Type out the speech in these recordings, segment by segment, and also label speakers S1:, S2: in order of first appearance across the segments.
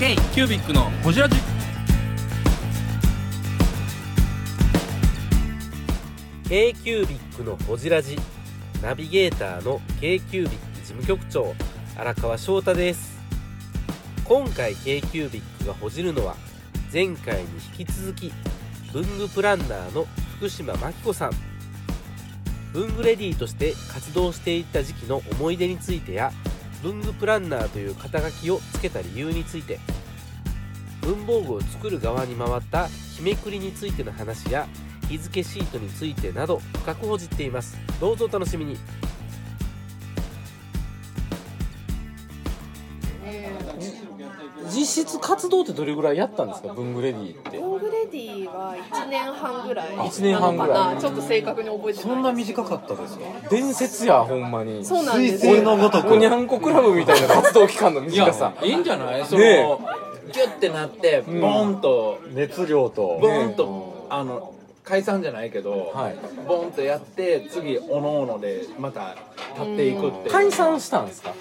S1: イキュービックのホジラジ
S2: ケイキュービックのほじラジナビゲーターのケイキュービック事務局長荒川翔太です今回ケイキュービックがほじるのは前回に引き続き文具プランナーの福島真紀子さん文具レディーとして活動していた時期の思い出についてや文具プランナーという肩書きをつけた理由について文房具を作る側に回った日めくりについての話や日付シートについてなど深く報じっていますどうぞお楽しみに実質活動ってどれぐらいやったんですか文具レディーって
S3: オーグレディは1年半ぐらい
S2: 1年半ぐらい
S3: なのかなちょっと正確に覚えてない
S4: そんな短かったですか
S2: 伝説やほんまに
S3: そうなん
S4: 彗
S3: です
S4: 星の
S3: よ
S4: ごと
S2: お
S4: く
S2: にゃんこクラブみたいな活動期間の短さ
S5: いいんじゃないそ
S2: ねえ
S5: のギュッてなってボーンと
S4: 熱量と
S5: ボーンとあの解散じゃないけど
S2: はい
S5: ボーンとやって次おのおのでまた立っていくって
S2: 解散したんですか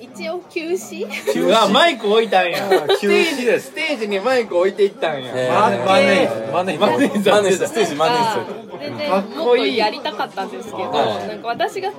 S3: 一応休止
S5: うわマイク置いたんやス
S4: 休
S5: テ
S4: 止
S5: ージでステージにマイク置いていったんや
S2: え
S4: マ
S2: ー
S4: マネーマネー
S5: マネージャ
S2: マ
S5: ー
S2: ネ
S5: で
S2: した
S5: す
S2: ステージマネした
S3: が全然
S5: かっ
S3: もっ
S5: こといい
S3: やりたかったんですけど
S2: はい
S3: なんか私が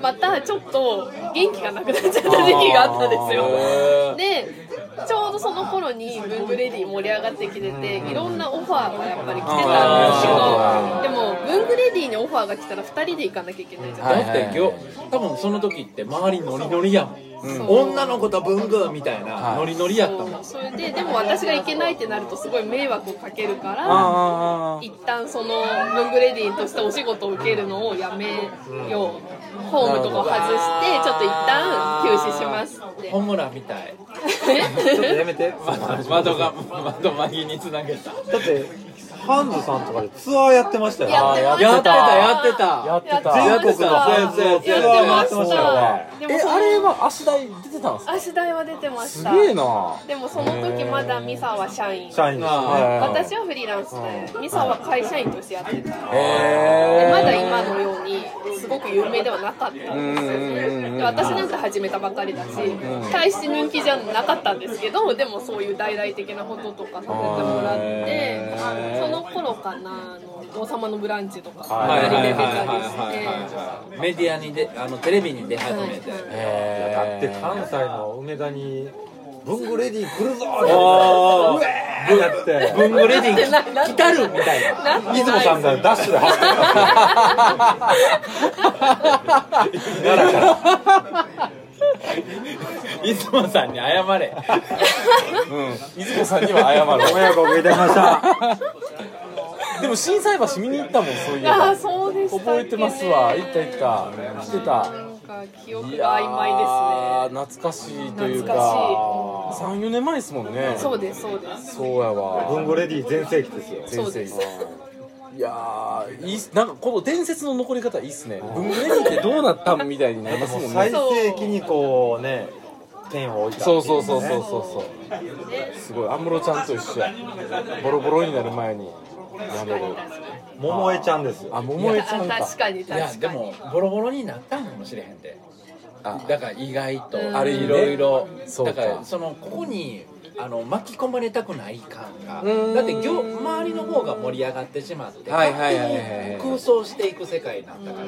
S3: またちょっと元気がなくなっちゃった時期があったんですよでちょうどその頃に文具レディ盛り上がってきてていろんなオファーがやっぱり来てたんですけどでも文具レディにオファーが来たら2人で行かなきゃいけないじゃない
S2: は
S5: だ
S2: い
S5: って今日多分その時って周りノリノリやもん
S3: そう
S5: 女の子と文具みたい
S2: は
S5: ないノリノリやったもん
S3: そうそれででも私が行けないってなるとすごい迷惑をかけるから
S2: あーあーあー
S3: 一旦その文具レディーとしてお仕事を受けるのをやめようホームとかを外してちょっと一旦休止しますって
S5: ホムラみたい
S4: ちょっとやめて
S5: 窓が窓紛につなげた
S4: だってハンズさんとかでツアーやってましたよ
S3: やってました
S5: やってたやって
S2: やっ
S5: た
S2: てた
S4: 全国のツアーツアー
S3: や
S4: 回
S3: っ
S4: ってて
S3: ま
S4: ま
S3: し
S4: したたよね
S3: でも
S2: え
S3: その
S2: あれは足台出てたんですか
S3: 足代は出てまし
S2: す
S3: た
S2: げえな
S3: でもその時まだミサは社員
S4: 社員です
S5: な
S4: ね
S3: 私はフリーランスでミサは会社員としてやってた
S2: へえ
S3: まだ今のようにすごく有名ではなかったんですよ
S2: うんうんうんうん
S3: で私なんて始めたばかりだし大して人気じゃなかったんですけどでもそういう大々的なこととかさせてもらって
S2: へー
S3: その頃かなあの「王様のブランチ」とか
S2: はい
S3: やり出てたりして。
S5: いメディアにであのテレビに出始めて、
S3: はいはい
S4: だ
S2: へ
S4: っ
S2: え
S4: て関西の梅田に文具レディー来るぞ
S5: あー
S4: ーってやって
S5: 文具レディー来たるみたいな
S4: 出雲さんがダッシュで走ってた奈良から
S5: いつもさんに謝れ
S2: うん出雲さんには謝
S4: ご迷惑をおかけいたしました
S2: る でも震災橋見に行ったもんそういえ
S3: あ
S2: ば
S3: あそうでしたっけね
S2: 覚えてますわ行った行ったしてた
S3: なんか記憶
S2: い
S3: が
S2: や
S3: 曖昧
S2: ー
S3: で
S2: 懐かしいというか
S3: 懐
S2: 34年前ですもんね
S3: すねそうですそうです
S2: そうやわ
S4: 文具レディー全盛期ですよ
S3: そうです
S2: 全盛期いやーいいっすなんかこの伝説の残り方いいっすね文具レディってどうなったんみたいになりますもん
S4: 最
S2: ね
S4: 盛期にこうねペンを置いたってい
S2: そう
S4: ね
S2: そうそうそうそうそうすごい安室ちゃんと一緒やボロボロになる前にやめる
S4: 桃江ちゃんですよ
S2: あ桃江ちゃん
S3: あ
S2: か
S3: 確かに
S5: いや
S3: 確
S5: で
S3: かに
S5: もボロボロになったんかもしれへんて
S2: あ
S5: だから意外と
S3: うん
S2: あれね
S5: いろいろ
S2: そうか
S5: だからそのここにあの巻き込まれたくない感が
S2: うん
S5: だって業周りの方が盛り上がってしまって
S2: はい
S5: 勝
S2: はい
S5: 手
S2: はいはい
S5: に空想していく世界になったから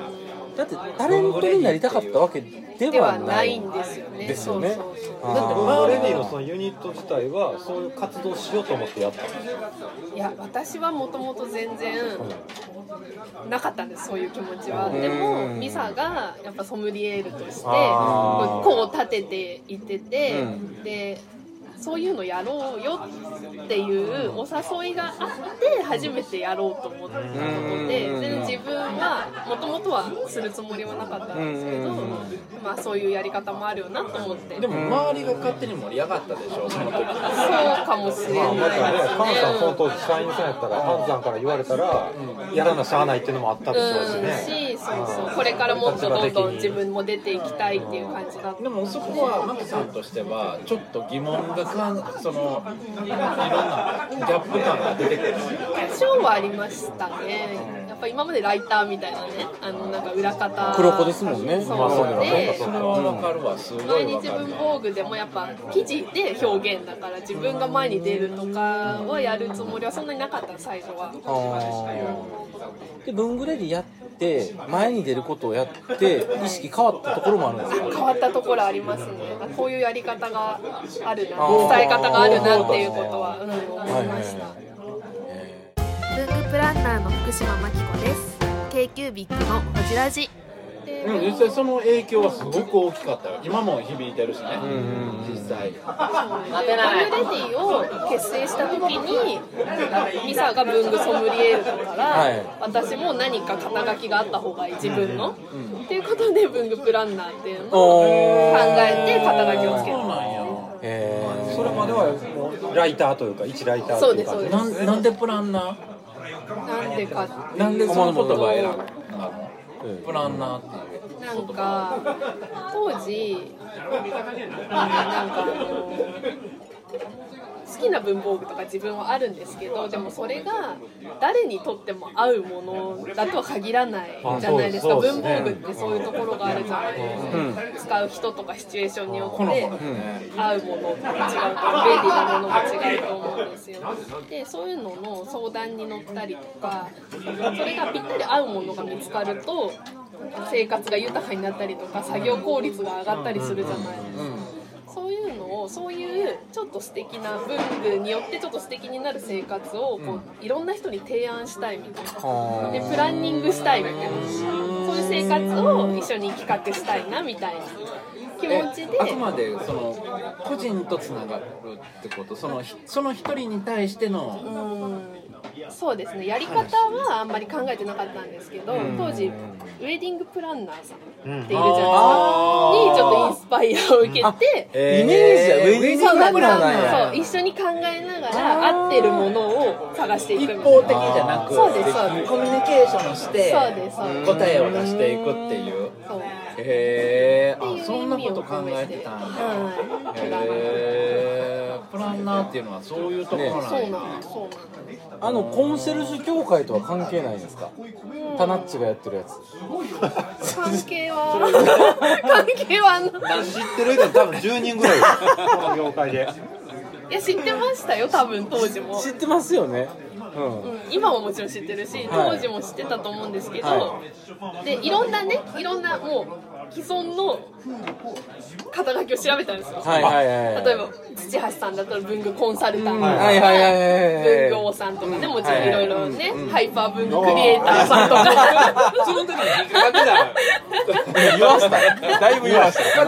S2: だ
S5: だ
S2: ってタレントになりたかったわけで
S3: では
S2: は
S3: な
S2: ないい
S3: んですよね
S2: ですよね
S3: そうそう
S2: あー
S4: だって文具レディーのそのユニット自体はそういう活動しようと思ってやったんです
S3: いや私はもともと全然なかったんですそういう気持ちは
S2: ん
S3: でもミサがやっぱソムリエールとして
S2: あー
S3: こう立てていてて、
S2: うん
S3: でそういうのやろうよっていうお誘いがあって初めてやろうと思ったことで
S2: うん
S3: 全然自分はもともとはするつもりはなかったんですけ
S2: う
S3: ど
S2: ん
S3: まあそういうやり方もあるよなと思って
S5: でも周りが勝手に盛り上がったでしょそ
S3: そう
S5: の時
S3: かもしれ
S4: まあ
S3: ない
S4: またね
S3: です
S4: カンさんその
S3: ね。
S4: 当時社員さんやったからカンさんから言われたらやらなしゃあないっていうのもあったでしょうし
S3: うん、し、
S4: ね
S3: そうそう、これからもっとどんどん自分も出ていきたいっていう感じだった。
S5: でもそこはマキさんとしてはちょっと疑問がかんそのいろんなギャップ感が出てくる
S3: ショーはありましたね。やっぱ今までライターみたいなねあのなんか裏方
S2: 黒子ですもんね
S3: そう
S4: まあそうだよね
S3: で
S5: それはわかるわすごいわか
S3: 毎
S5: る
S3: 日文房具でもやっぱ記事で表現だから自分が前に出るとかはやるつもりはそんなになかった最初は
S2: で文具レディやって前に出ることをやって意識変わったところもあるんですよ
S3: 変わったところありますねこういうやり方があるな
S2: ー
S3: 伝え方があるなっていうことは、うん、思いました、
S2: はい
S6: 文具プランナーの福島真紀子です k q b i c のホジラジ
S3: で
S5: でも実際その影響はすごく大きかったよ今も響いてるしね、実際
S3: ブルーレディを結成した時にミサが文具ソムリエールだから、
S2: はい
S3: 私も何か肩書きがあった方がいい自分の、っていうことで文具プランナーっていうのを
S2: お
S3: 考
S2: ー
S3: えて肩書きをつけた
S2: えー
S4: それまではもうライターというか一ライター
S3: そ
S4: と
S3: う
S4: い
S3: で
S4: う
S3: す
S4: か
S3: そうです
S5: なんなんでプランナ
S3: なんでかって
S5: ーなんでその言葉を選ぶ
S2: うん
S5: プランナーっていう
S3: なんか当時なんかあの好きな文房具とか自分はあるんですけどでもそれが誰にとっても合うものだとは限らないじゃないですか
S4: あそうそ
S3: 文
S4: うですね
S3: 房具ってそういうところがあるじゃないですか、使う人とかシチュエーションによ
S5: こ
S3: っ
S5: の
S3: て
S5: 子のね
S3: 合うものって違うと便利なものも違うと思うんですよでそういうのの相談に乗ったりとかそれがぴったり合うものが見つかると生活が豊かになったりとか作業効率が上がったりするじゃないですかそういうのをそういうちょっと素敵な文具によってちょっと素敵になる生活をこういろんな人に提案したいみたいなでプランニングしたいみたいなそういう生活を一緒に企画したいなみたいな気持ちで
S5: えあくまでその個人とつながるってことそのひその一人に対しての
S3: うんそうですねやり方はあんまり考えてなかったんですけど当時ウェディングプランナーさんっているじゃないですかにちょっとインスパイアを受けて
S2: イメージやウェディング
S3: そうなん
S2: プランナー
S3: か
S2: や
S3: そう一緒に考えながら合ってるものを探していくみたいな
S5: 方的じゃなく
S3: そうですそうです
S5: コミュニケーションして
S3: そうですそうです
S5: 答えを出していくっていう
S3: そう
S5: へえ
S3: っていう
S5: あそんなこと考えてたんだへえプランナーっていうのはそういうところなん
S3: そう
S5: や
S3: なんそうなん
S2: あのコンシェルジュ協会とは関係ないんですかタナッチがやってるやつ
S3: 関係は関係はあの
S4: 知ってる人多分10人ぐらいいるこの業界で
S3: いや知ってましたよ多分当時 も
S2: 知ってますよねうん
S3: うん今ももちろん知ってるし
S2: は
S3: 当
S2: い
S3: 時も知ってたと思うんですけど、、
S2: はい
S3: でいろんなねいろんなもう既存の肩書きを調べたんですよ、
S2: はいはいはいはい
S3: 例えば土橋さんだったら文具コンサルタンとか、
S2: はいはいはいはいはい
S3: 文具王さんとかねもちろんいろいろね、ハイパー文具クリエイターさんとかその時に引っかか
S2: 言わしただいぶ言わ した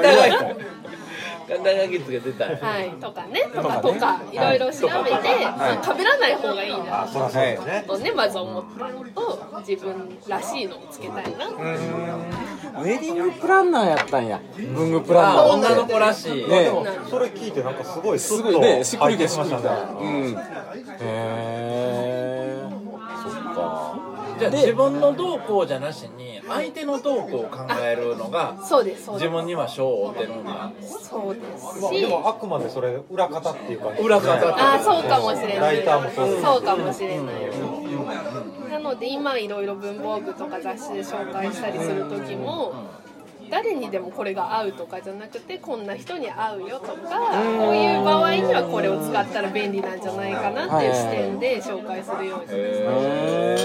S5: 肩書きつけてたよ
S3: はいとかねとかとかいろいろ調べて、まあ被らない方がいいな
S4: そりゃそうだよね
S3: とねまず思ったのと自分らしいのをつけたいな
S2: ウェディングプランナーやったんや文具プランナー
S5: 女の子らしい
S2: ね
S4: それ聞いてなんかすごいス
S2: す
S4: ッ
S2: ごい
S4: と
S2: ねしっくりき
S4: 入ってて
S2: し
S4: き
S2: ま
S4: ま
S2: っ
S4: したた
S2: ね
S4: ね
S2: うんへーそっか
S5: じゃあ自分のどうこうじゃなしに相手のどうこうを考えるのが
S3: そうですそうです
S5: 自分には賞を負ってるんだ
S3: そうです
S4: まあ
S3: し
S4: でもあくまでそれ裏方っていう感じ
S5: 裏方って
S3: あーそうかもしれな
S4: ラ
S3: い
S4: イターもそうですね
S3: そうかもしれないなので今いろいろ文房具とか雑誌で紹介したりする時も誰にでもこれが合うとかじゃなくてこんな人に合うよとかこういう場合にはこれを使ったら便利なんじゃないかなっていう視点で紹介するようにしてます
S5: へ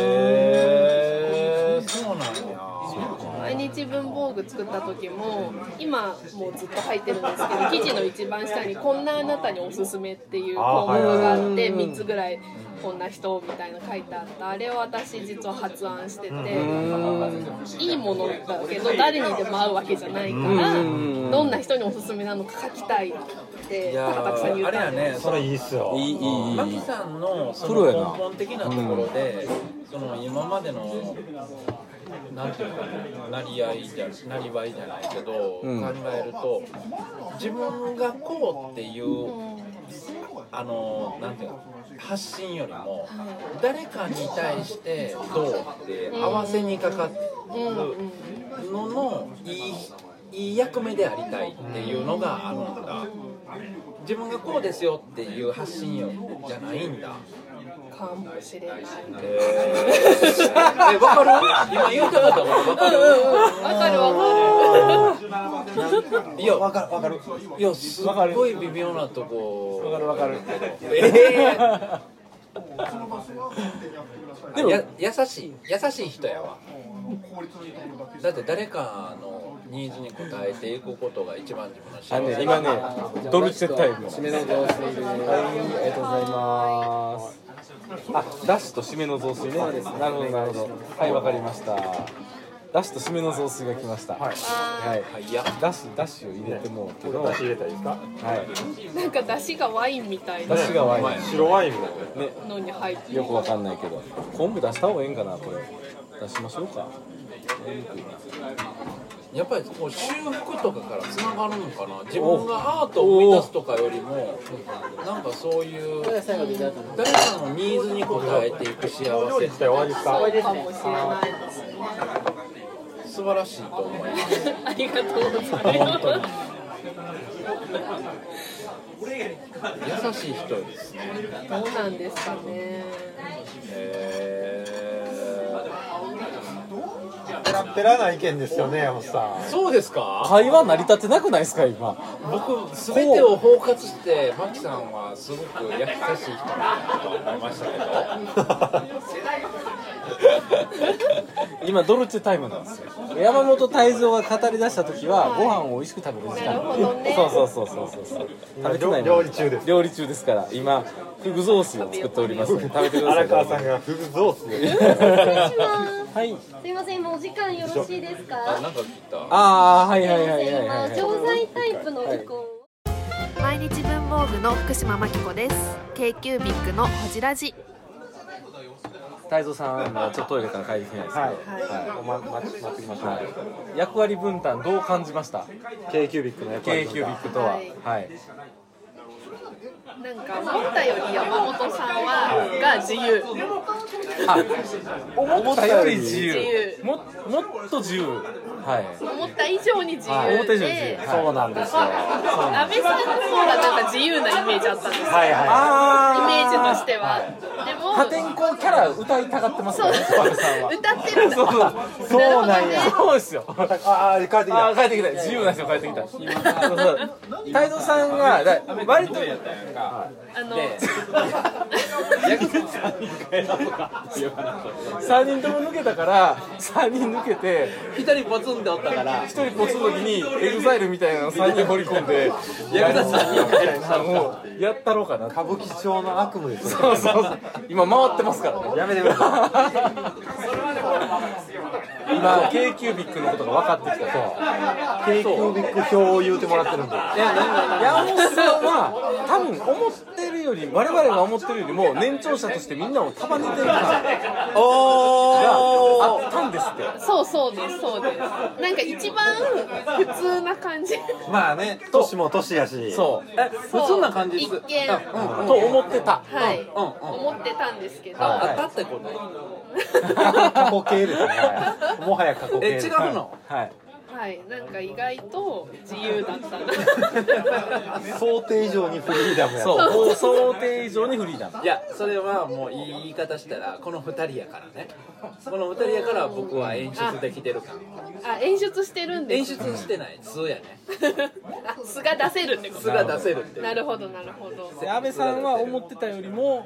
S5: えそうなんや
S3: 毎日文房具作った時も今もうずっと入ってるんですけど記事の一番下に「こんなあなたにおすすめ」っていう項目があって3つぐらい「こんな人」みたいな書いてあったあれを私実は発案してていいものだけど誰にでも合うわけじゃないからどんな人におすすめなのか書きたいって
S5: いや
S3: 高田さん
S5: ー
S3: 言
S5: あ
S3: っ
S5: れ
S3: た
S5: や
S3: んで
S5: ね
S4: それいいっすよ
S2: いいいい
S5: マ
S2: い
S5: キ
S2: い
S5: さんのそ
S2: プロ
S5: の
S2: や
S5: 根
S2: な
S5: 本的なところで、その今までのなんていうかななり合いじゃなりわいじゃないけど、
S2: うん
S5: 考えると自分がこうっていうあのなんていうの発信よりも誰かに対してどうって合わせにかかってるののいいいい役目でありたいっていうのがあるんだ自分がこうですよっていう発信よじゃないんだ
S3: かもしれない。
S5: え、わかる今言うたことはわかる
S3: わかるわかる。
S5: いや、
S4: わかるわかる
S5: いや、すっごい微妙なとこ
S4: わかるわかる
S5: えー
S2: でも
S5: や優しい優しい人やわだって誰かのニーズに応えていくことが一番自
S2: あ
S5: 分の
S2: の
S5: 幸
S2: ね
S5: せ
S2: 今ねドルチェタイム
S7: 締めの雑炊です。はい、ありがとうございます。
S2: あダシと締めの雑炊ねなるほどなるほどはいわかりましたダシと締めの雑炊が来ましたはい、
S5: はいや
S2: ダシダシを入れてもらうけど、は
S4: 出し入れたらいいですか
S2: い、
S3: なんか出汁がワインみたいな
S2: ダシがワイン
S4: 白ワインも
S3: のに入ってる
S2: よくわかんないけど昆布出した方がいいんかなこれ出しましょうか
S5: やっぱりこう修復とかからつながるのかな自分がアートを生み出すとかよりもなんかそういう
S7: これが最後でいただいたの。
S5: 誰かのニーズに応えていく幸
S4: 料
S5: せ
S4: 理自体お味ですか
S3: そうかもしれないですね。
S5: 素晴らしいと思います
S3: ありがとうございます。
S5: 優しい人ですね
S3: どうなんですかね。
S4: ペラペラな意見ですよね山本さん
S5: そうですか
S2: 会話成り立ってなくないですか今
S5: 僕全てを包括してマキさんはすごく優しい人だと思いましたけど
S2: 今ドルチェタイムなんですよ山本泰造が語り出した時はご飯を美味しく食べる時間
S3: なるほどね
S2: そうそうそうそうそうそう食べてないの
S4: 料理中です
S2: 料理中ですから今フグ雑炊を作っておりますので食べてくださ
S4: 荒
S2: い
S4: 川さんがフグ雑炊
S2: はい
S8: すいません、今お時間よろしいですか。
S5: なんか聞いた
S2: ああはいはいはいはいはい
S8: 今、
S2: はい
S8: 錠剤タイプの離婚。
S6: 毎日文房具の福島真紀子です k q ビッグのほじラジ
S2: 泰造さんはちょっとトイレから帰ってきてないですけど、
S4: はいはいおま待ち待ってきましょ
S2: は
S4: う
S2: い、役割分担どう感じました
S4: K キュービックのやつ
S2: k キュービックとは
S3: はい
S2: はい
S3: なんか思ったより山本さんはが自由。
S2: あ思ったより自
S4: 自
S2: 由
S3: 由
S2: ももっと自由はい
S3: 思った以上に自
S2: はい思
S3: 由
S2: った以上に自由
S3: で。
S2: はい
S4: そうなんですよ
S3: 安倍さんの方がなんか自由なイメージあったんですよ。
S4: はいは
S3: イメ
S2: あ
S3: ージとしては。でも。
S2: 破天荒キャラ歌いたがってます
S3: そ
S2: よ
S3: う
S2: ねスパルさんは
S3: 歌ってるんだ。
S2: そう
S4: そうなんや
S3: るほどね
S2: そうですよ
S4: いああ帰ってき
S2: あー
S4: た
S2: 帰ってきた自由な人帰ってきたそうそう泰造さんがだ割と
S3: あの。
S2: 3人とも抜けたから3人抜けて
S7: 左ポツンっておったから。
S2: 一人ポツンときにエグザイルみたいなの3人掘り込ん でヤクザ3人みたいなのをやったろうかなって
S4: 歌舞伎町の悪夢ですよ
S2: そうそうそう今回ってますからね
S4: やめてくださ
S2: 今 k キュービックのことが分かってきたそう
S4: い K キュービック表を言うてもらってるんで
S2: いや山本さんは多分思ってるより我々が思ってるよりも年長者としてみんなを束ねてる感があったんですって
S3: そうそうですそうです。なんか一番普通な感じ。
S4: まあね年も年やし
S2: そうえ
S3: そう
S7: 普通な感じです
S3: 一見。
S2: と思ってた
S3: はい、
S7: ん
S3: 思ってたんですけど、
S2: はい
S7: 当たってこない。
S4: 過去形ですねもはや過去形
S7: え
S4: です
S7: 違うの？
S2: はい
S3: はい、なんか意外と自由だったな。
S4: 想定以上にフリーダムやった
S2: そう想定以上にフリーダム
S7: いやそれはもういい言い方したらこの二人やからね。この二人やから僕は演出できてるから。
S3: あ、演出してるんで
S7: 演
S3: す。
S7: 出してない通やね。
S3: あ、素が出せるってこ
S7: 素
S3: と。
S7: が出せるっていう。
S3: なるほどなるほど。
S2: で安倍さんは思ってたよりも
S3: 思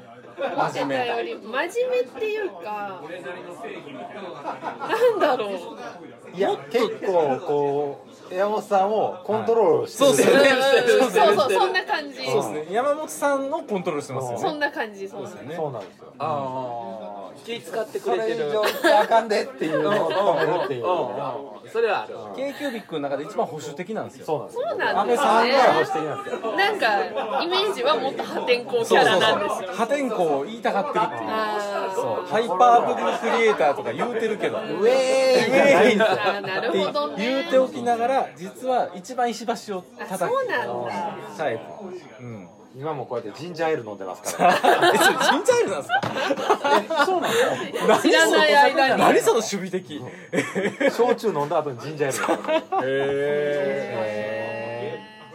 S3: ってたより真面目っていうか、なんだろう。
S4: いや結構こう山本さんをコントロールして
S2: そうっすよ
S3: うん
S2: ね
S3: そうそうそんな感じ。
S2: そうですね山本さんをコントロールしてますよ
S3: そ
S2: ね
S3: んな感じそうですね。
S4: そうなんですよ
S7: ああ気使ってく
S4: そ
S7: れて
S4: れ
S7: る。
S4: 以上行ったらあかんでっていうのを止めるっていう
S7: うんうんそれはある。
S2: k キュービックの中で一番保守的なんですよ
S4: そうなんですよ
S3: そうな
S4: 安
S3: んで
S4: 倍
S3: す
S4: さんが保
S3: ね。
S4: 守的なんですよ
S3: なんかイメージはもっと破天荒キ
S2: そう
S3: ャ
S2: そ
S3: ラ
S2: う
S3: なんです
S2: そ
S3: よ。
S2: う破天荒を言いたがってるっていう
S3: あー
S2: そうハイパーブッククリエイターとか言うてるけど
S4: ウェーイじゃないんですよ
S3: あーなるほどね。
S2: 言うておきながら実は一番石橋を
S3: あ
S2: 叩
S3: そ
S2: く
S3: うなんだ。
S2: タイプうん
S4: 今もこうやってジンジャーエール飲んでますから
S2: えそれジンジャーエールなんですかそうなの
S3: 知らない間に
S2: 何その守備的
S4: 焼酎飲んだ後にジンジャーエール飲んでま
S2: へ
S4: す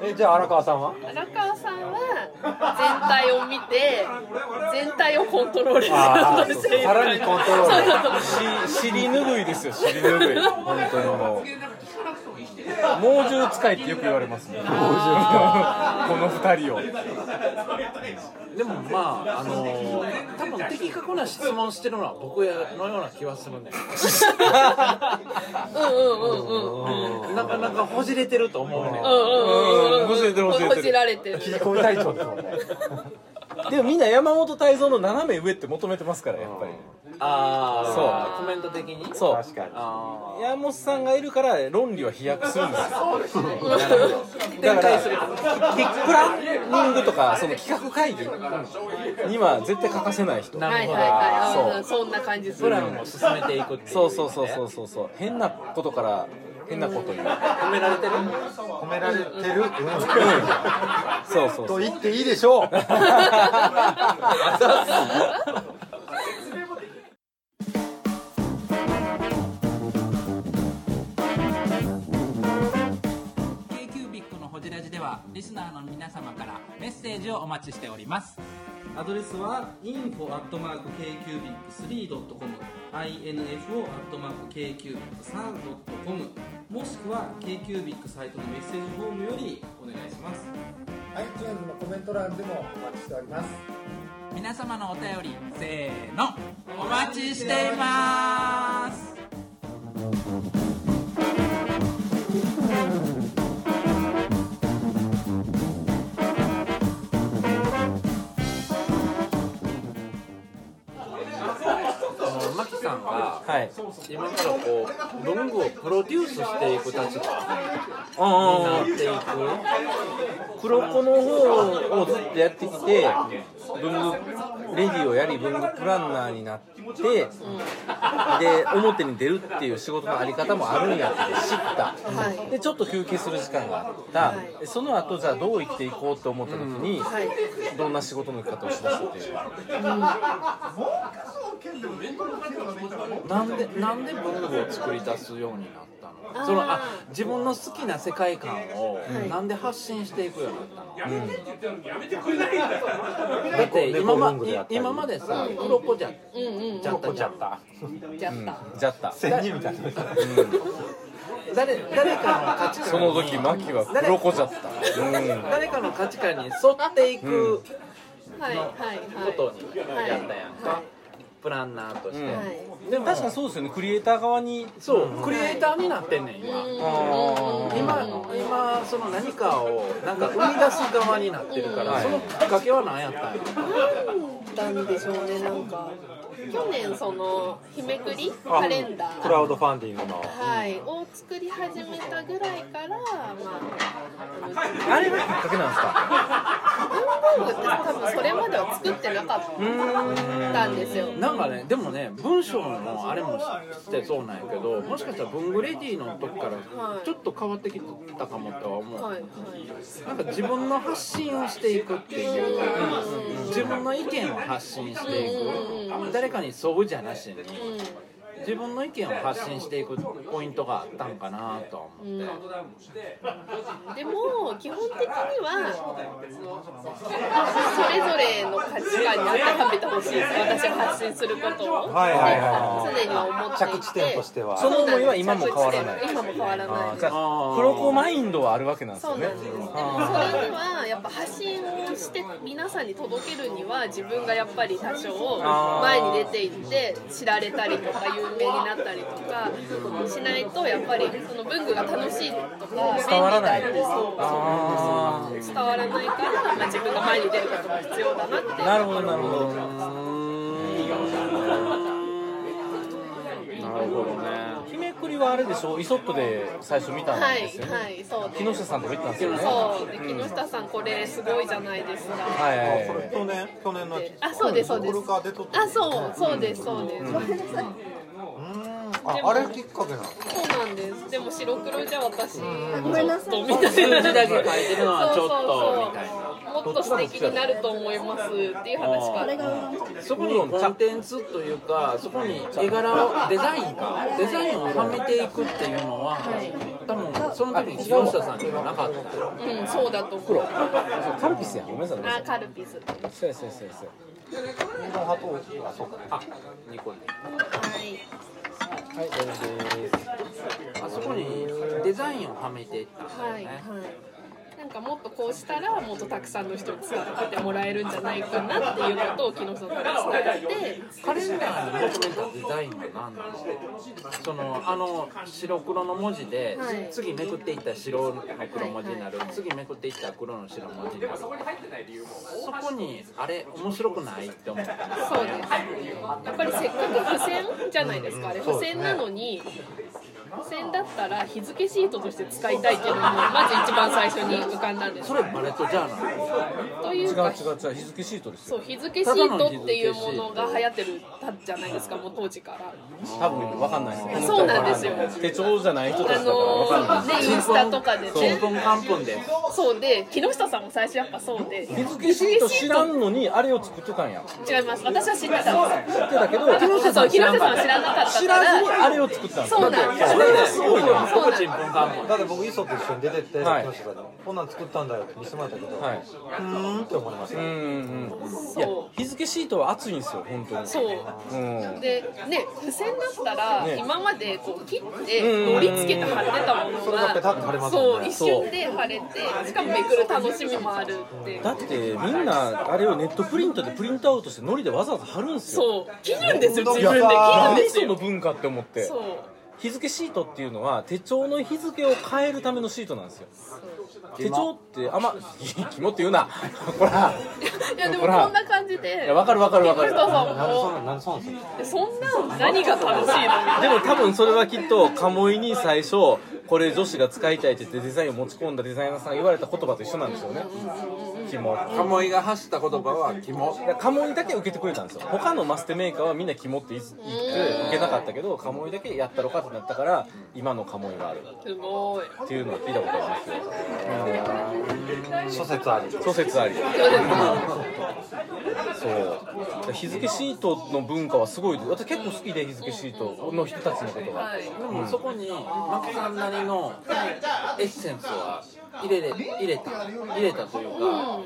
S4: えじゃあ荒川さんは
S3: 荒川さんは体を見て全体をコントロールしよ
S2: あ
S3: う
S2: ー
S3: と
S2: そう
S3: して
S2: そう
S3: いる
S2: さらにコントロール
S3: そうそうそう
S2: し尻拭いですよ尻拭い本当にもう猛獣使いってよく言われますねこの二人を
S5: でもまああのー、多分的確な質問してるのは僕やのような気は するね
S3: うんうんうんうん
S5: なかなかほじれてると思う
S3: うんう
S5: ね
S3: んうんうん
S2: ほじれてるほじれてる
S3: ほじられてる
S4: こういう隊長ですもんね
S2: でもみんな山本泰造の斜め上って求めてますからやっぱり
S5: ああそうコメント的に
S2: そう
S4: 確かに
S5: あ
S2: 山本さんがいるから論理は飛躍するんですよ
S5: あ
S2: だ
S5: 展
S2: か
S5: 開
S2: らキ
S5: する
S2: ックプランニングとかその企画会議には絶対欠かせない人
S5: な
S3: はいはい
S5: るほど、
S3: はい
S2: そ
S3: あ
S2: う
S3: ーそんな感じす
S5: プ
S3: る
S5: ランを進めていくっていう、ね、
S2: そうそうそうそうそうそう変なことから変なことに
S5: 褒められてる
S4: 褒められてる、
S2: そうそう
S4: と
S2: そう
S4: 言っていいでしょう
S9: k q b i c のホジラジではリスナーの皆様からメッセージをお待ちしておりますアドレスは info.kcubic3.com info.kcubic3.com もしくは KQBIC サイトのメッセージフォームよりお願いします
S7: 皆様のお便りせーのお待ちしています
S5: あのマキさんが
S2: はい
S5: 今からこう文具をプロデュースしていく立場にな
S2: あ
S5: っていく
S2: 黒子の方をずっとやってきて文具レディをやり文具プランナーになってで表に出るっていう仕事のあり方もあるんやって知った、
S3: はい
S2: でちょっと休憩する時間があった、
S3: はい
S2: でその後じゃあどう生きていこうと思った時に、
S3: はい
S2: どんな仕事の生き方をしだすっていう
S5: なんでなんで文具を作り出すようになったのそのあ自分の好きな世界観を
S3: い
S5: なんで発信していくようになったの、だって今
S4: 猫文
S5: ま
S4: 具であったり
S5: 今までさ黒子じゃ
S3: うんうん
S5: じゃったじゃん
S3: じゃった
S2: じゃった
S4: 仙人みたいな
S5: 誰誰かの価値観
S2: その時マキは黒子じゃった、うん
S5: 誰かの価値観に沿っていく
S3: はいはい
S5: こと
S3: はい
S5: にやったやんか、プランナーとして、
S2: うん
S3: はい
S2: でも確かにそうですよねクリエイター側に
S5: そう、クリエイターになってんねん今、
S2: あー
S5: 今今その何かをなんか生み出す側になってるから、
S2: はい
S5: そのきっかけは何やったんや
S3: なんなんでしょうねなんか去年その日めくりカレンダ
S4: クラ
S3: ー
S4: ウドファンディングの
S3: はいを作り始めたぐらいからまああの
S2: あれがきっかけなんですか
S3: 文房具って多分それまでは作ってなかったんですよ
S5: なんかねでもね文章のあれもしてそうなんやけどもしかしたら文具レディの時から
S3: はい
S5: ちょっと変わってきたかもとは思う、
S3: はいはい
S5: なんか自分の発信をしていくっていう自分の意見を発信していく誰かに沿うじゃなしに自分の意見を発信していくポイントがあったんかなとは思って、
S3: でも基本的にはそれぞれの価値観に温めてほしいです私が発信することを
S4: はいはいは
S3: 常には思っていて
S4: 着地点としては
S2: その思いは今も変わらない
S3: 着地点今も変わらない
S2: あー
S3: です
S2: じゃあ黒子マインドはあるわけなんです
S3: そ
S2: よ
S3: う
S2: ね
S3: なんです。でもそれにはやっぱ発信をして皆さんに届けるには自分がやっぱり多少前に出ていって知られたりとか有名になったりとかしないとやっぱりその文具が楽しいとか便利
S2: 伝わら
S3: だ
S2: ない
S3: ってそうそう伝わらないから、まあ、自分が前に出ることが必要だなって
S2: なるほどなるほど
S5: なるほどね
S2: 日めくりはあれでしょイソップで最初見たん
S3: はい
S2: ですよね、
S3: はいそうで
S2: 木
S3: す
S2: 下さんとか行ったんですよね
S3: そうで木下さんこれすごいじゃないですか、
S2: はいはいはい
S4: 去年去年の
S3: あそうですそうです
S4: コルカで撮った
S3: あそうそうですそうです、
S4: ああれきっかけなの
S3: そうなんです。でも白黒じゃ私、ごめんなさい。みたいな。
S5: 字だけ書いてるのはちょ
S3: そ
S5: っ
S3: う
S5: と
S3: そう
S5: みたいな
S3: そうもっと素敵になると思いますっていう話から。
S5: そこにコンテンツというかそこに絵柄をデザインかデザインをはめていくっていうのは多分
S7: その時に木下さんにはなかったよ
S3: うんそうだと思う
S2: そうカルピスやごめんなさいごめんな
S3: あ
S2: さい
S3: カルピス
S2: そうやそうやそうやそうや
S7: ニコニ
S3: はい
S2: はい大丈夫です
S7: あそこにデザインをはめていったんだよ
S3: はい
S7: ね、
S3: はいなんかもっとこうしたらもっとたくさんの人に使ってもらえるんじゃないかなっていうことを木下さんに伝えて
S7: カレンダーに求めたデザインは何なのそのあの白黒の文字で、
S3: はい
S7: 次めくっていった白の黒文字になる、
S3: はいはい
S7: 次めくっていった黒の白文字になるそこにあれ面白くないって思ったんです
S3: そうですやっぱりせっかく付箋じゃないですかあれ付箋なのに付箋だったら日付シートとして使いたいっていうのもまず一番最初に浮かんだんです
S7: それバレットジャーナル
S3: とい
S2: 違
S3: うか
S2: う違う違う日付シートです
S3: そ
S2: よ
S3: う日付シートっていうものが流行ってるじゃないですかもう当時から
S2: 多分わかんないです
S3: そうなんですよ
S2: 手帳じゃない人たちだ
S3: あ
S2: からわかんない
S3: のねインスタとかで
S7: ちん
S3: ね
S7: ぷんかんぷんで
S3: そうで木下さんも最初やっぱそうで
S2: 日付シート知らんのにあれを作ってたんや
S3: 違います私は知ってたんです
S2: 知ってたけど
S3: そう木下さんは知らなかった
S2: 知
S3: から
S2: ず
S3: ら
S2: にあれを作ってたんです
S3: そうなんです
S2: それがすごいな
S3: そうなんです
S7: ちんぷんかんぷん
S4: だって僕磯と一緒に出てって、
S2: はい
S4: 木下さんにこんなん作ったんだよって見せてもらったけど、
S2: はい、
S4: うーんって思いまし
S2: う
S4: た
S2: んうんうんいや
S3: そう
S2: 日付シートは熱いんですよ本当に
S3: そう
S2: うん
S3: でね付箋だったら
S2: ね
S3: 今までこう切って
S2: うん
S3: 盛り付けて貼ってたもの
S4: それがペタッと貼れ
S3: が
S4: ますも
S3: そ
S4: ん
S3: う
S4: ね
S3: 一瞬で貼れてしかもめくる楽しみもあるって
S2: だってみんなあれをネットプリントでプリントアウトしてノリでわざわざ貼るんですよ
S3: そう切るんですよ自
S2: いや
S3: 分で切るん
S2: 何
S3: です
S2: その
S3: よ
S2: 文化って思って
S3: そう
S2: 日付シートっていうのは手帳の日付を変えるためのシートなんですよ手帳ってあんま 「肝」って言うなほら
S3: いやでも
S2: ほら
S3: こんな感じで
S2: いやわかるわかるわかる
S3: 木下さん
S4: 何そんな
S3: も
S4: ん何そんなんす
S3: えそんなん何が楽しいの みたい
S2: で
S3: な
S2: も多分それはきっと鴨居に最初これ女子が使いたいって言ってデザインを持ち込んだデザイナーさんが言われた言葉と一緒なんですよね肝
S5: 鴨居が発した言葉は「肝
S2: だから鴨居だけ受けてくれたんですよ他のマステメーカーはみんな肝って言って受けなかったけど鴨居だけやったろかってなったから今の鴨居がある
S3: すごい
S2: っていうのは聞いたことありますよ
S4: 諸説あり
S2: 諸説ありそう日付シートの文化はすごい私結構好きで日付シートの人たちのことが
S3: はい
S7: でもそこにマキさんなりのエッセンスは入れれ入れた入れたというか、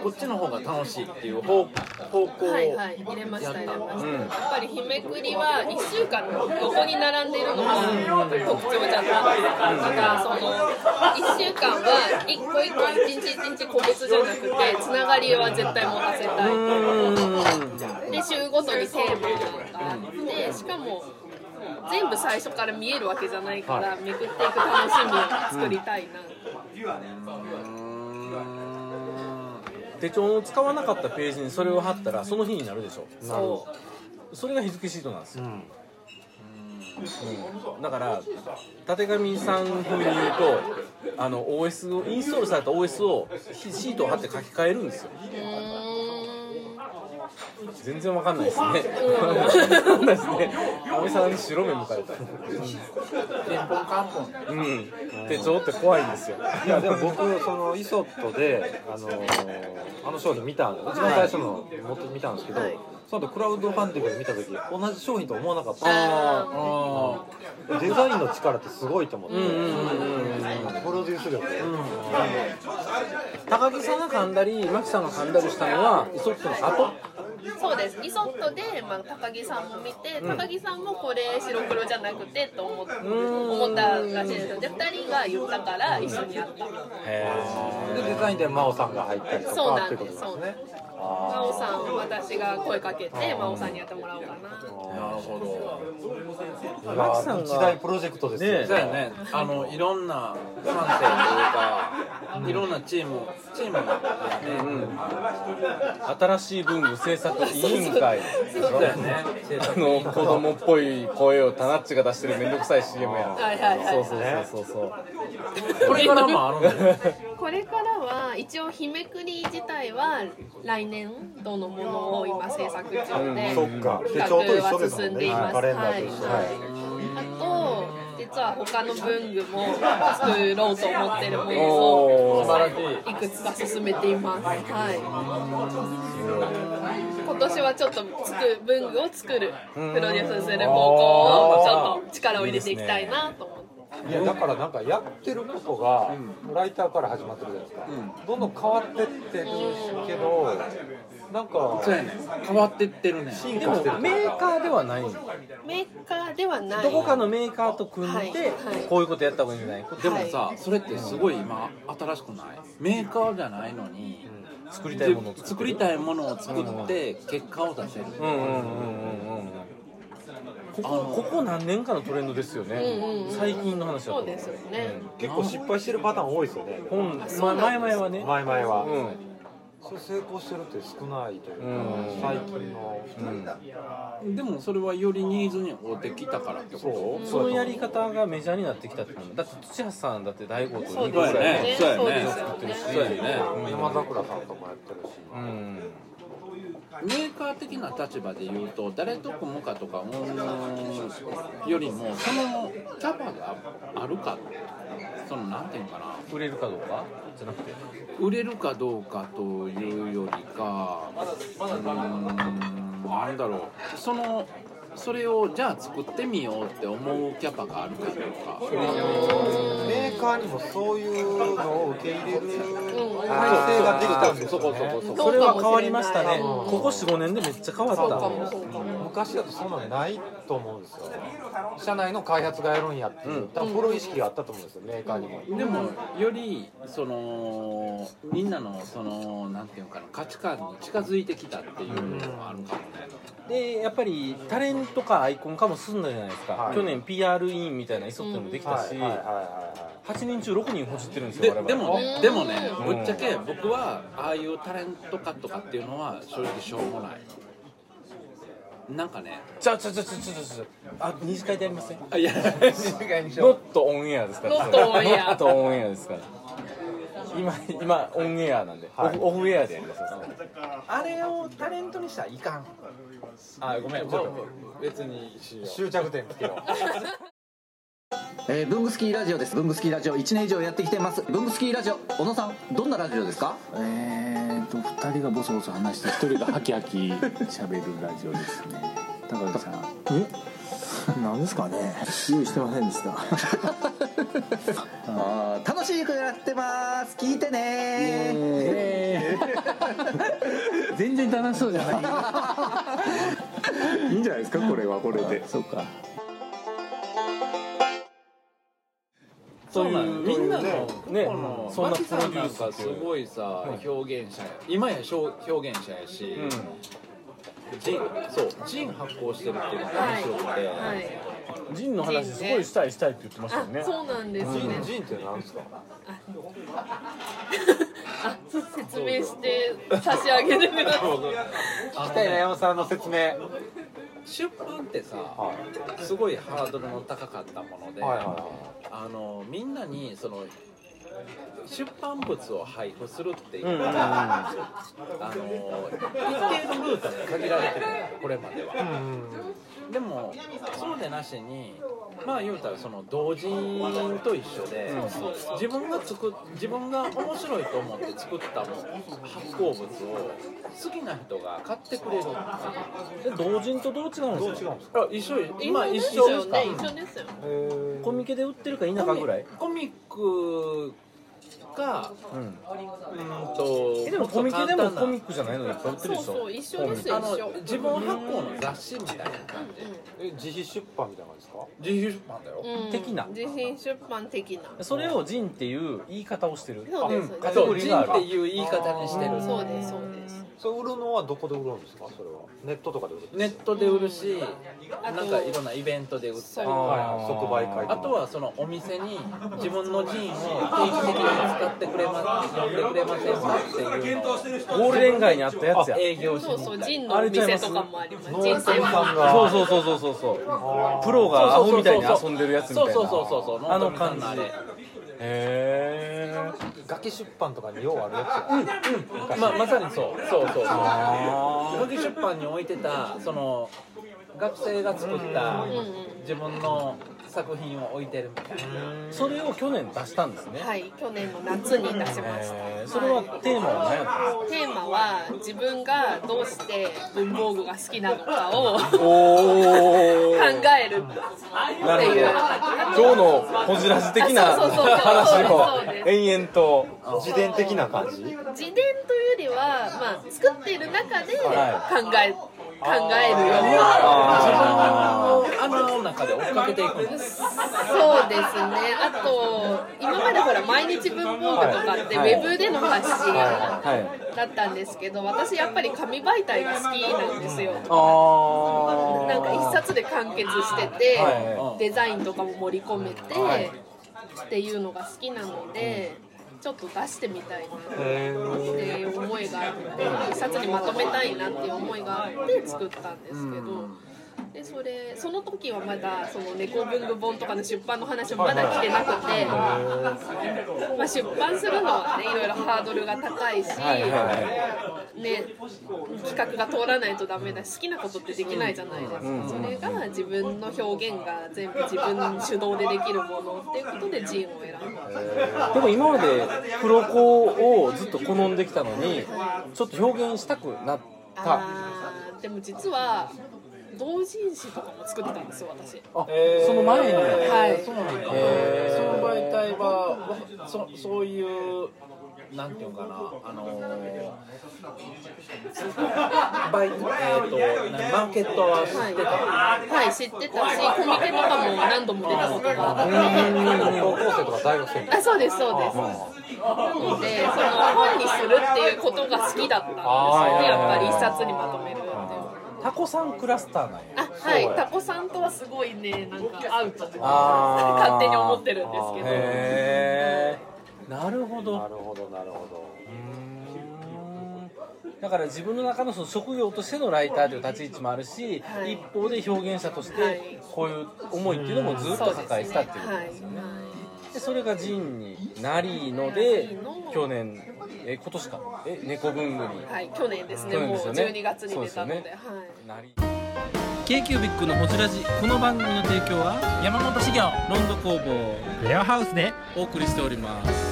S7: こっちの方が楽しいっていう方方向を
S3: はい
S7: や
S3: は
S7: っ
S3: い入れました入れました、
S2: ん
S3: やっぱり日めくりは1週間どこに並んでるのが特徴じゃないだからその1週間は1個1個1日1日個別じゃなくてつながりは絶対持たせたいで週ごとにテーマがあってしかも全部最初から見えるわけじゃないからめくっていく楽しみを作りたいな、
S2: 手帳を使わなかったページにそれを貼ったらその日になるでしょ
S3: そう
S2: それが日付シートなんですよ、うんだからたてがみさん風に言うとあの OS をインストールされた OS をシシートを貼って書き換えるんですよ全然わかんないですねわかんないですね阿部さんに白目向かれたうん手帳って怖いんですよ
S4: いやでも僕そのイソットであのーあの商品見たんで一番最初の持って見たんですけど、その後クラウドファンディングで見た時同じ商品と思わなかったうんデザインの力ってすごいと思って、プロデュース力、
S2: 高木さんが噛んだり真木さんが噛んだりしたのはイソップの後
S3: そうですリゾットで、まあ、高木さんも見て、高木さんもこれ白黒じゃなくてと思っ思ったらしいですよで2人が言ったから一緒にやった、
S4: でデザインで真央さんが入ったりと
S3: そう
S4: か
S3: な
S4: ってい
S3: ん
S4: うこ
S3: で
S4: と
S3: す
S4: なん
S3: そうな
S4: です
S3: んです
S4: ね
S3: 真央さん私が声かけて真央さんにやってもらおうかな
S4: いやー一大プロジェクトですよ、
S2: ね
S7: そうや ね、あのいろんな観点というか、いろんなチーム、チームがあってね、
S2: 新しい文具制作委員会
S7: そうやね、 制
S2: あ
S7: 作
S2: の子供っぽい声をタナッチが出してるめんどくさい CM や
S3: はいはいはい
S2: そうそうそうそうそう
S7: これからもあるんだよ。
S3: これからは一応日めくり自体は来年度のものを今制作中で、
S4: そっか手
S3: 企
S4: 帳と一
S3: 画
S4: 緒で
S3: は
S4: すも
S3: 進
S4: ん
S3: ん
S4: ね
S3: でいます。
S4: カ
S3: は
S4: レ
S3: い
S4: ンダーと一
S3: あ
S4: 緒、
S3: と実は他の文具も作ろうと思ってるものをいくつか進めています。はい。今年はちょっとつく文具を作るプロデュースする方向をちょっと力を入れていきたいなと思って。
S4: いやだからなんかやってることがライターから始まってるじゃないですか、どんどん変わってってるけどなんか
S5: そうやね変わってってるね
S4: 進
S2: で
S4: 化
S2: も
S4: してると
S2: メ
S4: いう
S2: ーカーではないの
S3: メーカーではない
S2: どこかのメーカーと組ん
S3: はい
S2: で
S3: はい
S2: こういうことやった方がいいんじゃない
S5: でもさそれってすごい今新しくないメーカーじゃないのに
S2: 作りたい
S5: で
S2: ものを作
S5: 作りたいものを作って結果を出せる
S2: るうんうんうんうんうんここここ何年かのトレンドですよね、
S3: うんうん
S2: 最近の話だと
S3: そうですよね、
S4: 結構失敗してるパターン多いですよね
S2: 本
S3: そう
S2: 前
S3: なんで
S2: 々はね
S4: 前々は、
S2: うん
S4: それ成功してるって少ないという
S2: う
S4: か、
S2: ん
S4: 最近の、
S2: うん
S5: でもそれはよりニーズに合ってきたからってこ
S4: そう
S2: そのやり方がメジャーになってきたってことだって土橋さんだって大悟と
S3: そう
S2: 2
S3: で
S2: 個
S3: す
S2: ぐ
S3: よ
S2: らい
S3: ね
S5: そうやね
S3: そうです
S2: 作ってるし
S3: よ
S5: そうやね
S2: うん
S4: 山桜さんとかやってるし、
S2: うん
S5: とメーカー的な立場で言うと誰と組むかとかうんよりもそのキャパがあるかそのなんていうのかな
S2: 売れるかどうかじゃなくて
S5: 売れるかどうかというよりかうーんなんだろうそのそれをじゃあ作ってみようって思うキャパがあるかどうか
S4: メーカーにもそういうのを受け入れ
S3: う
S4: る
S3: んうん
S4: 体制ができたんです
S5: そ
S4: よ、ね、
S5: こそこそこ
S2: それは変わりましたね
S3: うん
S2: ここ45年でめっちゃ変わった
S3: そうかもそうかも
S4: 昔だとそんなのないと思うんですよ社内の開発がやるんやっていう、多分プロ意識があったと思うんですよメーカーにも、
S5: でもよりそのみんなのそのなんていうのかな価値観に近づいてきたっていうのもあるかもね
S2: でやっぱりタレントかアイコン化も進んだじゃないですか、
S4: はい
S2: 去年 PR 委員みたいなイソップもできた
S4: は
S2: し、
S4: いはいはいは
S2: 8人中6人ほじってるんです
S5: で
S2: よ我々
S5: でもねでもね
S2: うん
S5: ぶっちゃけ僕はああいうタレント化とかっていうのは正直しょうもないなんかね
S2: ちゃうちゃうちゃうちゃうちゃうちゃうあ二次会でやりません
S5: あいや
S2: ノットオンエアですから
S3: Not on air
S2: ノットオンエアですから今今オンエアなんで、
S4: はい
S2: オフオフエアでやりますよ
S5: あれをタレントにしたらいかんあごめんちょっと別にしよ
S4: い終着点つけよう
S10: えー、ブングスキーラジオですブングスキーラジオ1年以上やってきてますブングスキーラジオ小野さんどんなラジオですかえーと2人がボソボソ話して1人がハキハキ喋るラジオですね高橋さんえなんですかね用意してませんでしたあー楽しい曲やってます聞いてね全然楽しそうじゃないいいんじゃないですかこれはこれでそうか
S5: そうなんみんなの
S2: ね
S5: この
S2: そんな
S5: マキさん
S2: プロデューサーっていう
S5: なんかすごいさ表現者や今やしょう表現者やし、ジンそうジン発行してるっていうのが面白くて、
S3: はい
S2: うん、ジンの話すごいしたいしたいって言ってました
S3: あ
S2: よね
S3: そうなんですね、
S4: ジンってなんですか
S3: あ説明して差し上げてください
S4: 聞きたいな山さんの説明
S5: 出版ってさ、
S4: はい
S5: すごいハードルの高かったもので、
S4: はいはいは
S5: あのみんなにその出版物を配布するっていうの
S2: うんうんうん
S5: が、あの一定のルートに限られてるんだこれまでは。
S4: いうん
S5: でもそうでなしにまあ言うたらその同人と一緒で、自分が作っ自分が面白いと思って作ったもの発行物を好きな人が買ってくれる
S2: で同人とどう違うんですか
S5: あ一緒今一
S3: です
S5: 緒で
S3: よ
S5: すか
S3: ね一緒ですよね
S2: コミケで売ってるか否かぐらい
S5: コミコミックか
S2: うん
S5: うーんと
S2: えでもコミケでもコミッ
S5: ッ
S2: クじゃないのいっぱい売ってるでしょ
S3: そうそう一緒です
S5: クあ
S3: よ
S5: の自分発行の雑誌みたいな感じ
S4: え自費出版みたいな感じですか
S5: 自費出版だよ
S3: うん
S2: 的な
S3: 自信出版的な
S2: それをジンっていう言い方をしてる
S3: そうです
S2: あカテ
S5: そ
S2: ゴ
S5: う
S2: リ
S5: 「
S2: ー
S5: 人」
S2: が
S5: っ
S2: ある
S5: ていう言い方にしてる
S3: そうですそうです
S4: それ売るのはどこで売るんですかそれはネットとかで売るんですか
S5: ネットで売るし、なんかいろんなイベントで売ったり
S3: そう
S4: はいはい即売
S5: あ
S4: 会
S5: とはそのお店に自分のジーンを定期的に使ってくれます呼んでくれませんかっていうのを
S2: ゴールデン街にあったやつや
S5: 営業し
S3: そう
S5: に
S3: そ
S5: 行
S3: う
S5: ったり
S3: 人のお店とかもあります
S4: 農
S3: 人
S4: 家さ
S3: 生
S4: ん
S3: は
S4: が
S2: そうそうそうそうそうそうプロがアホみたいに遊んでるやつみたいな
S5: そうそうそうそうそう
S2: あの感じ
S5: あれ
S2: へえ
S4: ガキ出版とかにようあるや
S5: ままさにそうそうそうそう
S2: あ
S5: 小木出版に置いてたその学生が作った自分の
S7: 作品を置いてるみたいな
S2: それを去年出したんですね、
S3: はい、去年の夏に出しました。
S2: えーそれはテーマは何やったんですか
S3: テーマは自分がどうして文房具が好きなのかを
S2: お
S3: 考
S2: ー
S3: える
S2: なるほど今日のほじらし的な
S3: あそうそうそう
S2: 話
S3: そうですそう
S2: を
S3: で
S2: 延々と
S4: 自伝的な感じ
S3: 自伝というよりは、まあ、作っている中で考え、
S2: は
S3: 考えるよう
S2: あ
S7: あの中で追っかけていくんです
S3: そうですねあと今までほら毎日文房具とかってウ
S2: はい
S3: ェブでの発信
S2: ーはい
S3: だったんですけど私やっぱり紙媒体が好きなんですよ
S2: あ
S3: なんか一冊で完結してて、
S2: は
S3: デザインとかも盛り込めて、
S2: はい
S3: っていうのが好きなので、ちょっと出してみたいなっていう思いがあって一冊にまとめたいなっていう思いがあって作ったんですけど。でそれその時はまだその猫文具本とかの出版の話もまだ来てなくて、まあ、出版するのはねいろいろハードルが高いし、
S2: はいはいは
S3: ね、企画が通らないとダメだし好きなことってできないじゃないですか、
S2: うん
S3: それが自分の表現が全部自分主導でできるものっていうことでジンを選んだ、
S2: いでも今まで黒子をずっと好んできたのにちょっと表現したくなった
S3: あーでも実は同人誌とかも作ってたんですよ私
S2: あその前に
S3: はい
S7: そうなんだその
S2: へー
S7: 媒体はわそそういうなんていうのかなあのーバイえーとなマーケットは知っ
S3: はい、
S7: てた
S3: はい、知ってたしコミケとかも何度も出たことがあって
S4: 高校生とか大学生
S3: あそうですそうですなのでその本にするっていうことが好きだったんですよ
S2: あー
S3: ねやっぱり一冊にまとめるっていう
S2: タコさんクラスターなんや
S3: あはいタコさんとはすごいねなんか合うと
S2: あー
S3: 勝手に思ってるんですけど
S2: へえなるほど
S4: なるほどなるほど
S2: だから自分の中のその職業としてのライターという立ち位置もあるし、
S3: はい
S2: 一方で表現者とし
S3: は
S2: て
S3: い
S2: こういう思いっていうのもずっと抱えてたっていうことですよね。でそれがジンになりので去年え今年かえ猫文具に
S3: はい、はい、去年ですね
S2: 去年
S3: もう
S2: ですよね
S3: 12月に出た
S2: そ
S3: ので
S2: うですよね
S3: はい
S2: なり
S9: k q b i c のほじらじこの番組の提供は山本資源ロンド工房レアハウスでお送りしております